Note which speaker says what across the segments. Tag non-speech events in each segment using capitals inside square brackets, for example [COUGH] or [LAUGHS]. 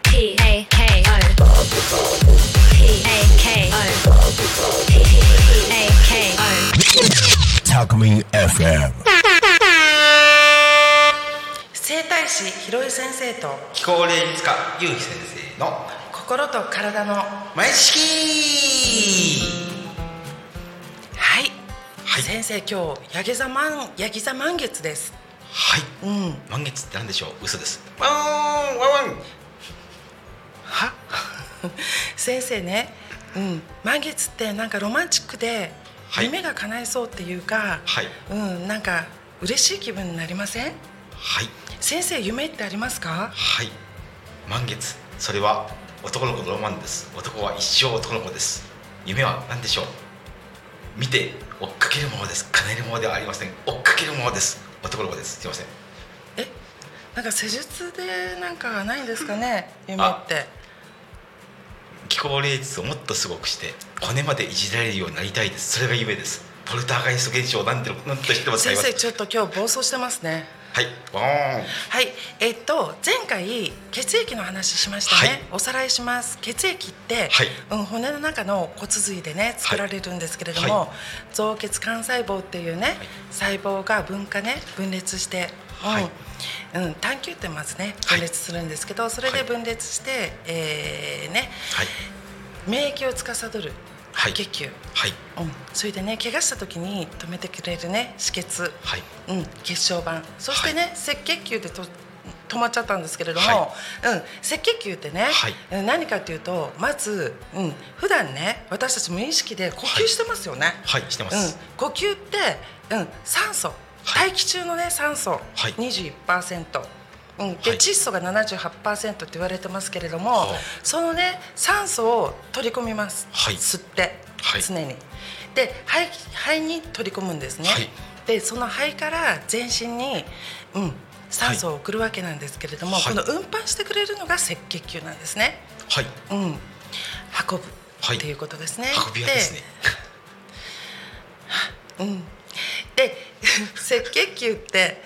Speaker 1: P A K O P A K O P A K O
Speaker 2: Talk FM.
Speaker 3: 整体師ひろい先生と
Speaker 4: 気候霊術家ゆうき先生の
Speaker 3: 心と体のは
Speaker 4: 毎式
Speaker 3: い、
Speaker 4: はい
Speaker 3: 先生今日ヤギ座満ヤギ座満月です
Speaker 4: はい、
Speaker 3: うん
Speaker 4: 満月って何でしょう嘘ですワンワンワンは
Speaker 3: [LAUGHS] 先生ね、うん、満月ってなんかロマンチックで
Speaker 4: はい
Speaker 3: 夢が叶えそうっていうか、
Speaker 4: はい
Speaker 3: うんなんか嬉しい気分になりません
Speaker 4: はい
Speaker 3: 先生夢ってありますか
Speaker 4: はい満月それは男の子のロマンです男は一生男の子です夢は何でしょう見て追っかけるものです叶えるものではありません追っかけるものです男の子ですすいません
Speaker 3: えなんか施術でなんかないんですかね夢って
Speaker 4: 気候霊術をもっとすごくして骨までいじられるようになりたいですそれが夢ですポルターガイスト現象なんてなんとしても使い
Speaker 3: 先生
Speaker 4: ます
Speaker 3: ちょっと今日暴走してますね
Speaker 4: はいわーん
Speaker 3: はい、えっと前回血液の話しましたね、
Speaker 4: はい
Speaker 3: おさらいします血液って、
Speaker 4: はい
Speaker 3: うん、骨の中の骨髄でね作られるんですけれども、
Speaker 4: はい
Speaker 3: 造血幹細胞っていうね、細胞が分化ね分裂して、うん
Speaker 4: はい
Speaker 3: うん、単球ってまずね
Speaker 4: はい
Speaker 3: 分裂するんですけど、それで分裂して、えーね
Speaker 4: はい
Speaker 3: 免疫を司る
Speaker 4: はい
Speaker 3: 白血球、
Speaker 4: はい
Speaker 3: うん、それでね怪我した時に止めてくれるね止血
Speaker 4: はい
Speaker 3: うん、血小板そしてね、赤血球でと止まっちゃったんですけれども、
Speaker 4: は
Speaker 3: うん、赤血球ってね、
Speaker 4: はい
Speaker 3: うん何かというとまず、うん、普段ね私たち無意識で呼吸してますよね、
Speaker 4: はいしてま
Speaker 3: うん
Speaker 4: す、、
Speaker 3: 呼吸って、うん、酸素、
Speaker 4: はい
Speaker 3: 大気中のね酸素、
Speaker 4: はい
Speaker 3: 21%、うん、で、
Speaker 4: はい
Speaker 3: 窒素が78%って言われてますけれども、
Speaker 4: はあ
Speaker 3: そのね酸素を取り込みます、
Speaker 4: はい
Speaker 3: 吸って、
Speaker 4: はい
Speaker 3: 常にで肺肺に取り込むんですね、
Speaker 4: はい
Speaker 3: でその肺から全身に、うん、酸素を送るわけなんですけれども、
Speaker 4: はい
Speaker 3: この運搬してくれるのが赤血球なんですね、
Speaker 4: はい
Speaker 3: うん、運ぶ
Speaker 4: はい
Speaker 3: っていうことですね、
Speaker 4: 運び屋ですね
Speaker 3: うん、で [LAUGHS] 赤血球って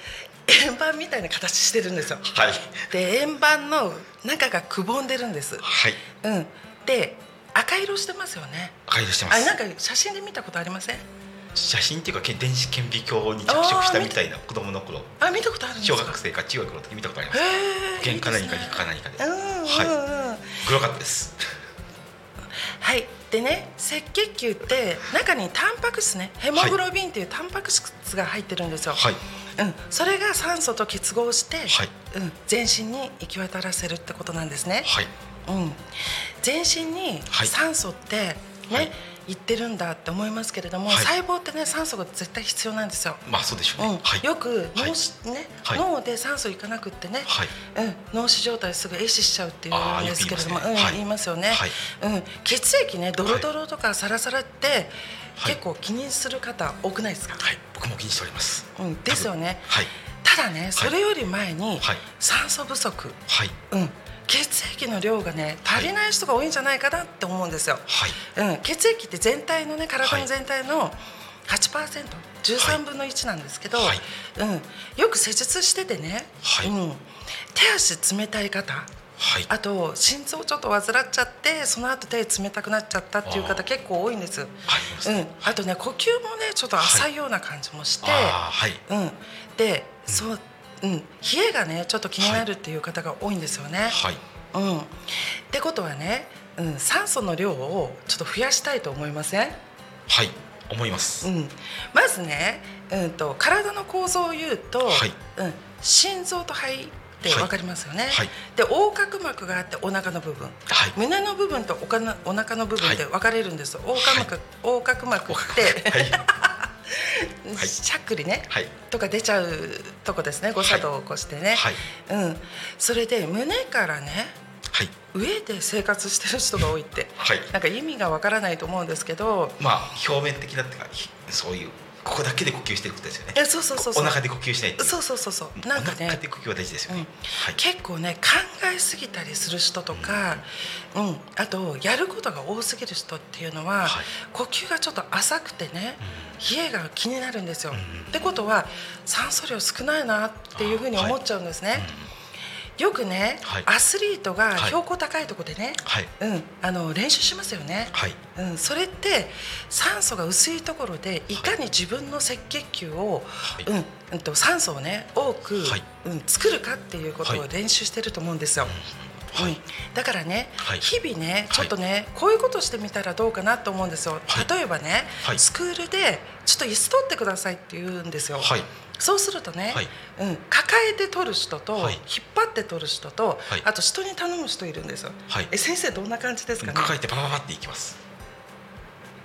Speaker 3: 円盤みたいな形してるんですよ。
Speaker 4: はい
Speaker 3: で円盤の中がくぼんでるんです。
Speaker 4: はい
Speaker 3: うん、で赤色してますよね。
Speaker 4: 赤色してま
Speaker 3: あれなん
Speaker 4: す
Speaker 3: か写真で見たことありません？
Speaker 4: 写真っていうかけ電子顕微鏡に着色したみたいな子供の頃
Speaker 3: あ見たことあるんです
Speaker 4: 小
Speaker 3: か。
Speaker 4: 学生か中学の時見たことあります
Speaker 3: へー
Speaker 4: 保険か何か
Speaker 3: いい
Speaker 4: 理
Speaker 3: です
Speaker 4: 科
Speaker 3: ね
Speaker 4: か何かで
Speaker 3: うんうん
Speaker 4: はい
Speaker 3: うんうん。
Speaker 4: 黒かったです
Speaker 3: はい、でね赤血球って中にタンパク質ねヘモグロビンっていうタンパク質が入ってるんですよ、
Speaker 4: はい
Speaker 3: うん、それが酸素と結合して、
Speaker 4: はい
Speaker 3: うん、全身に行き渡らせるってことなんですね、
Speaker 4: はい
Speaker 3: うん、全身に
Speaker 4: はい
Speaker 3: 酸素ってね、
Speaker 4: はい
Speaker 3: 行ってるんだって思いますけれども、
Speaker 4: はい
Speaker 3: 細胞ってね酸素が絶対必要なんですよ、
Speaker 4: まあそうでしょう
Speaker 3: う
Speaker 4: ね
Speaker 3: ん
Speaker 4: はい
Speaker 3: よく
Speaker 4: はい
Speaker 3: 脳,、しね
Speaker 4: はい
Speaker 3: 脳で酸素いかなくってね、
Speaker 4: はい
Speaker 3: うん、脳死状態すぐ壊死しちゃうってい
Speaker 4: あ
Speaker 3: うん
Speaker 4: ー
Speaker 3: ですけれども
Speaker 4: よく言いますね
Speaker 3: うん
Speaker 4: は
Speaker 3: 言いますよね、
Speaker 4: いはい
Speaker 3: うん、血液ねドロドロとかサラサラって、
Speaker 4: はい
Speaker 3: 結構気にする方多くないですか、
Speaker 4: はい僕も気にしております
Speaker 3: うん、ですよね、
Speaker 4: はい
Speaker 3: ただねそれより前に
Speaker 4: はい
Speaker 3: 酸素不足、
Speaker 4: はい
Speaker 3: うん、血液の量がね足りない人が多いんじゃないかなって思うんですよ、
Speaker 4: はい
Speaker 3: うん、血液って全体のね体
Speaker 4: は
Speaker 3: の
Speaker 4: い
Speaker 3: 全体の 8%13 分の1なんですけど、
Speaker 4: はい
Speaker 3: うん、よく施術しててね、
Speaker 4: はい
Speaker 3: うん、手足冷たい方
Speaker 4: はい
Speaker 3: あと心臓ちょっと患っちゃってその後手冷たくなっちゃったっていう
Speaker 4: あ
Speaker 3: 方
Speaker 4: ー
Speaker 3: 結構多いんです、
Speaker 4: ます
Speaker 3: うん、あとね呼吸もねちょっと浅いような感じもして、
Speaker 4: ああはい
Speaker 3: うん、で、そう、うん、冷えがね、ちょっと気になるっていう方が多いんですよね。
Speaker 4: はい
Speaker 3: うん、ってことはね、うん、酸素の量をちょっと増やしたいと思いません。
Speaker 4: はい思いま
Speaker 3: う
Speaker 4: す
Speaker 3: ん、まずね、うんと、体の構造を言うと、
Speaker 4: はい
Speaker 3: うん、心臓と肺ってわかりますよね。
Speaker 4: はい
Speaker 3: で、横隔膜があって、お腹の部分。
Speaker 4: はい
Speaker 3: 胸の部分とおかなお腹の部分で分かれるんですよ。横隔膜、横隔膜って、
Speaker 4: はいはい
Speaker 3: しゃっくりね、
Speaker 4: はい
Speaker 3: とか出ちゃうとこですね誤作動を起こしてね、
Speaker 4: はい
Speaker 3: うん、それで胸からね
Speaker 4: はい
Speaker 3: 上で生活してる人が多いって、
Speaker 4: はい
Speaker 3: なんか意味がわからないと思うんですけど
Speaker 4: まあ表面的なっていうかひそういうここだけで呼吸してることですよね
Speaker 3: えそうそうそう
Speaker 4: お
Speaker 3: そう
Speaker 4: 腹で呼吸しないっていう
Speaker 3: そうそうそうそうなんか
Speaker 4: お
Speaker 3: ね
Speaker 4: 腹で呼吸は大事ですよね、
Speaker 3: うん
Speaker 4: はい
Speaker 3: 結構ね考えすぎたりする人とか、うんあとやることが多すぎる人っていうのは、
Speaker 4: はい
Speaker 3: 呼吸がちょっと浅くてね、冷えが気になるんですよ。ってことは酸素量少ないなっていうふうに思っちゃうんですね。よくね、
Speaker 4: はい
Speaker 3: アスリートが
Speaker 4: はい
Speaker 3: 標高高いとこでね、
Speaker 4: はい
Speaker 3: うん、あの練習しますよね、
Speaker 4: はい
Speaker 3: うん、それって酸素が薄いところでいかに自分の赤血球を、
Speaker 4: い
Speaker 3: うんうんと酸素をね多く、
Speaker 4: はい
Speaker 3: うん、作るかっていうこと
Speaker 4: は
Speaker 3: を
Speaker 4: い
Speaker 3: 練習してると思うんですよ。
Speaker 4: はい
Speaker 3: うんだからね、
Speaker 4: はい
Speaker 3: 日々ね
Speaker 4: はい
Speaker 3: ちょっとね、こういうことしてみたらどうかなと思うんですよ、
Speaker 4: はい
Speaker 3: 例えばね、
Speaker 4: はい
Speaker 3: スクールでちょっと椅子取ってくださいって言うんですよ、
Speaker 4: はい
Speaker 3: そうするとね、
Speaker 4: はい
Speaker 3: うん、抱えて取る人と、
Speaker 4: はい
Speaker 3: 引っ張って取る人と、
Speaker 4: はい
Speaker 3: あと人に頼む人いるんですよ、
Speaker 4: はい
Speaker 3: え先生どんな感じですかね
Speaker 4: 抱えてパパパっていきます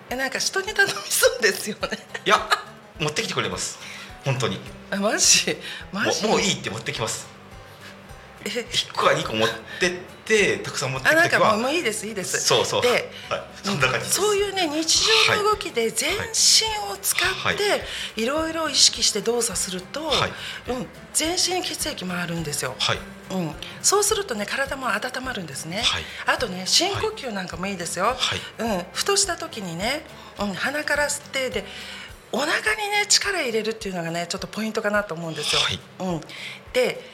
Speaker 3: えなんか人に頼みそうですよね [LAUGHS]
Speaker 4: いや持ってきてくれます本当にも
Speaker 3: あマジマジ
Speaker 4: うもういいって持ってきます
Speaker 3: え
Speaker 4: 1個か2個持ってってたくさん持って
Speaker 3: あ
Speaker 4: き
Speaker 3: なん
Speaker 4: た
Speaker 3: か
Speaker 4: 時
Speaker 3: も
Speaker 4: は
Speaker 3: うもういいですいいです
Speaker 4: そうそう
Speaker 3: で、
Speaker 4: はい、 [LAUGHS] そんな感じです
Speaker 3: そういうね日常の動きで全身を使
Speaker 4: はい
Speaker 3: っていろいろ意識して動作すると、
Speaker 4: はい
Speaker 3: うん、全身に血液回るんですよ、
Speaker 4: はい
Speaker 3: うん、そうするとね体も温まるんですね、
Speaker 4: はい
Speaker 3: あとね深呼吸なんかもいいですよ、
Speaker 4: はい
Speaker 3: うん、ふとした時にね、うん、鼻から吸ってでお腹にね力入れるっていうのがねちょっとポイントかなと思うんですよ。
Speaker 4: はい
Speaker 3: うん、で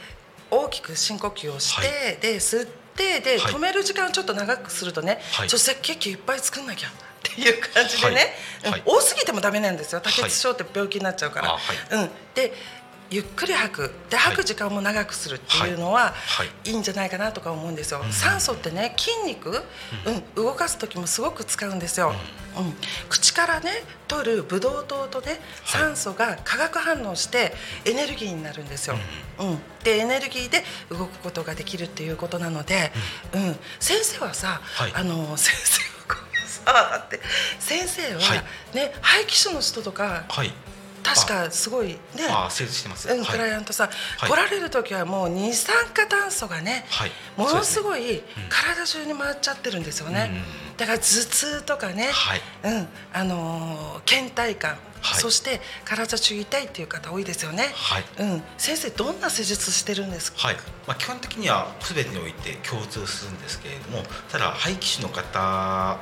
Speaker 3: 大きく深呼吸をして、
Speaker 4: は
Speaker 3: で吸ってで、
Speaker 4: はい
Speaker 3: 止める時間をちょっと長くするとね、
Speaker 4: はい
Speaker 3: ちょっと赤血球いっぱい作んなきゃ [LAUGHS] っていう感じでね、
Speaker 4: はいはい
Speaker 3: うん多すぎてもダメなんですよ多血症って病気になっちゃうから。
Speaker 4: あはい
Speaker 3: うん、でゆっくり吐くで
Speaker 4: はい
Speaker 3: 吐く時間も長くするっていうのは、
Speaker 4: はいはい
Speaker 3: いいんじゃないかなとか思うんですよ、
Speaker 4: ん
Speaker 3: 酸素ってね筋肉、うん、動かす時もすごく使うんですよ、うん口からね取るブドウ糖とね
Speaker 4: はい
Speaker 3: 酸素が化学反応してエネルギーになるんですよ、うんでエネルギーで動くことができるっていうことなので、うん先生はさ、
Speaker 4: はい
Speaker 3: あの [LAUGHS] 先生はごめんなさいって先生は、
Speaker 4: はい
Speaker 3: ね肺気腫の人とか
Speaker 4: はい
Speaker 3: 確かすごいね
Speaker 4: ああ成立してます、
Speaker 3: うん、
Speaker 4: は
Speaker 3: クライ
Speaker 4: い
Speaker 3: アントさん、
Speaker 4: はい
Speaker 3: 来られる時はもう二酸化炭素がね、
Speaker 4: はい
Speaker 3: ものす
Speaker 4: い
Speaker 3: ごい体中に回っちゃってるんですよね、だから頭痛とかね、
Speaker 4: はい
Speaker 3: うんあのー倦怠感、
Speaker 4: はい
Speaker 3: そして体中痛いっていう方多いですよね、
Speaker 4: はい
Speaker 3: うん、先生どんな施術してるんですか、
Speaker 4: はいまあ、基本的には全てにおいて共通するんですけれどもただ肺気腫の方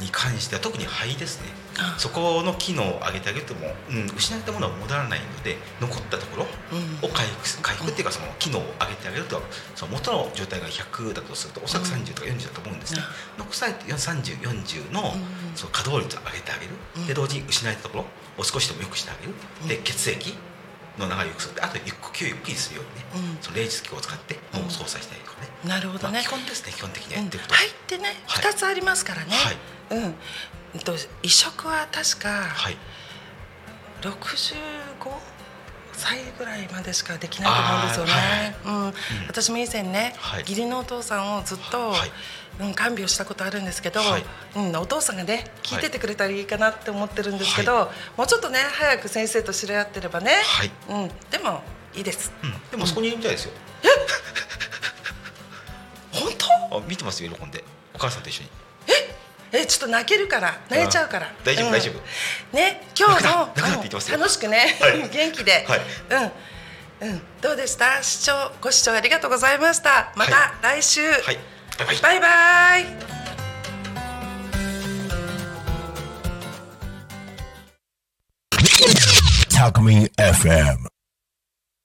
Speaker 4: に関しては特に肺ですね
Speaker 3: あ
Speaker 4: そこの機能を上げてあげても、うん、失ったものは戻らないので残ったところを回復す回復っていうかその機能を上げてあげるとその元の状態が100だとするとおそらく30とか40だと思うんですね、残されて3040のその稼働率を上げてあげるで同時に失えたところを少しでも良くしてあげるで血液の流れを良くするであとゆっ呼吸をゆっくりするようにね、
Speaker 3: うん
Speaker 4: その冷術器を使って脳を操作したりとかね、
Speaker 3: なるほど
Speaker 4: まあ、
Speaker 3: ね
Speaker 4: 基、本ですね基本的には
Speaker 3: う
Speaker 4: や
Speaker 3: ん
Speaker 4: っていくと、
Speaker 3: 肺ってね、
Speaker 4: はい
Speaker 3: 二つありますからね、
Speaker 4: はい
Speaker 3: うんうんと移植は確か、
Speaker 4: はい
Speaker 3: 65歳ぐらいまでしかできないと思うんですよね、うん、私も以前ね、
Speaker 4: はい
Speaker 3: 義理のお父さんをずっと、
Speaker 4: はい
Speaker 3: うん、看病したことあるんですけど、
Speaker 4: はい
Speaker 3: うん、お父さんがね聞いててくれたらいいかなって思ってるんですけど、もうちょっとね早く先生と知り合ってればね、
Speaker 4: はい
Speaker 3: うん、でもいいです
Speaker 4: うん、でもそこにいるみたいですよ、
Speaker 3: 本
Speaker 4: あ見てますよ喜んでお母さんと一緒に
Speaker 3: 当えちょっと泣けるから泣いちゃうから、
Speaker 4: うん大丈夫
Speaker 3: うん
Speaker 4: 大丈夫
Speaker 3: ね今日の
Speaker 4: 泣くな泣くなって言ってますよ
Speaker 3: うん楽しくね、
Speaker 4: はい
Speaker 3: [LAUGHS] 元気で、
Speaker 4: はい
Speaker 3: うんうんどうでした視聴ご視聴ありがとうございましたまた来週、
Speaker 4: はいバイバイ
Speaker 3: バイバイ
Speaker 2: タクミ FM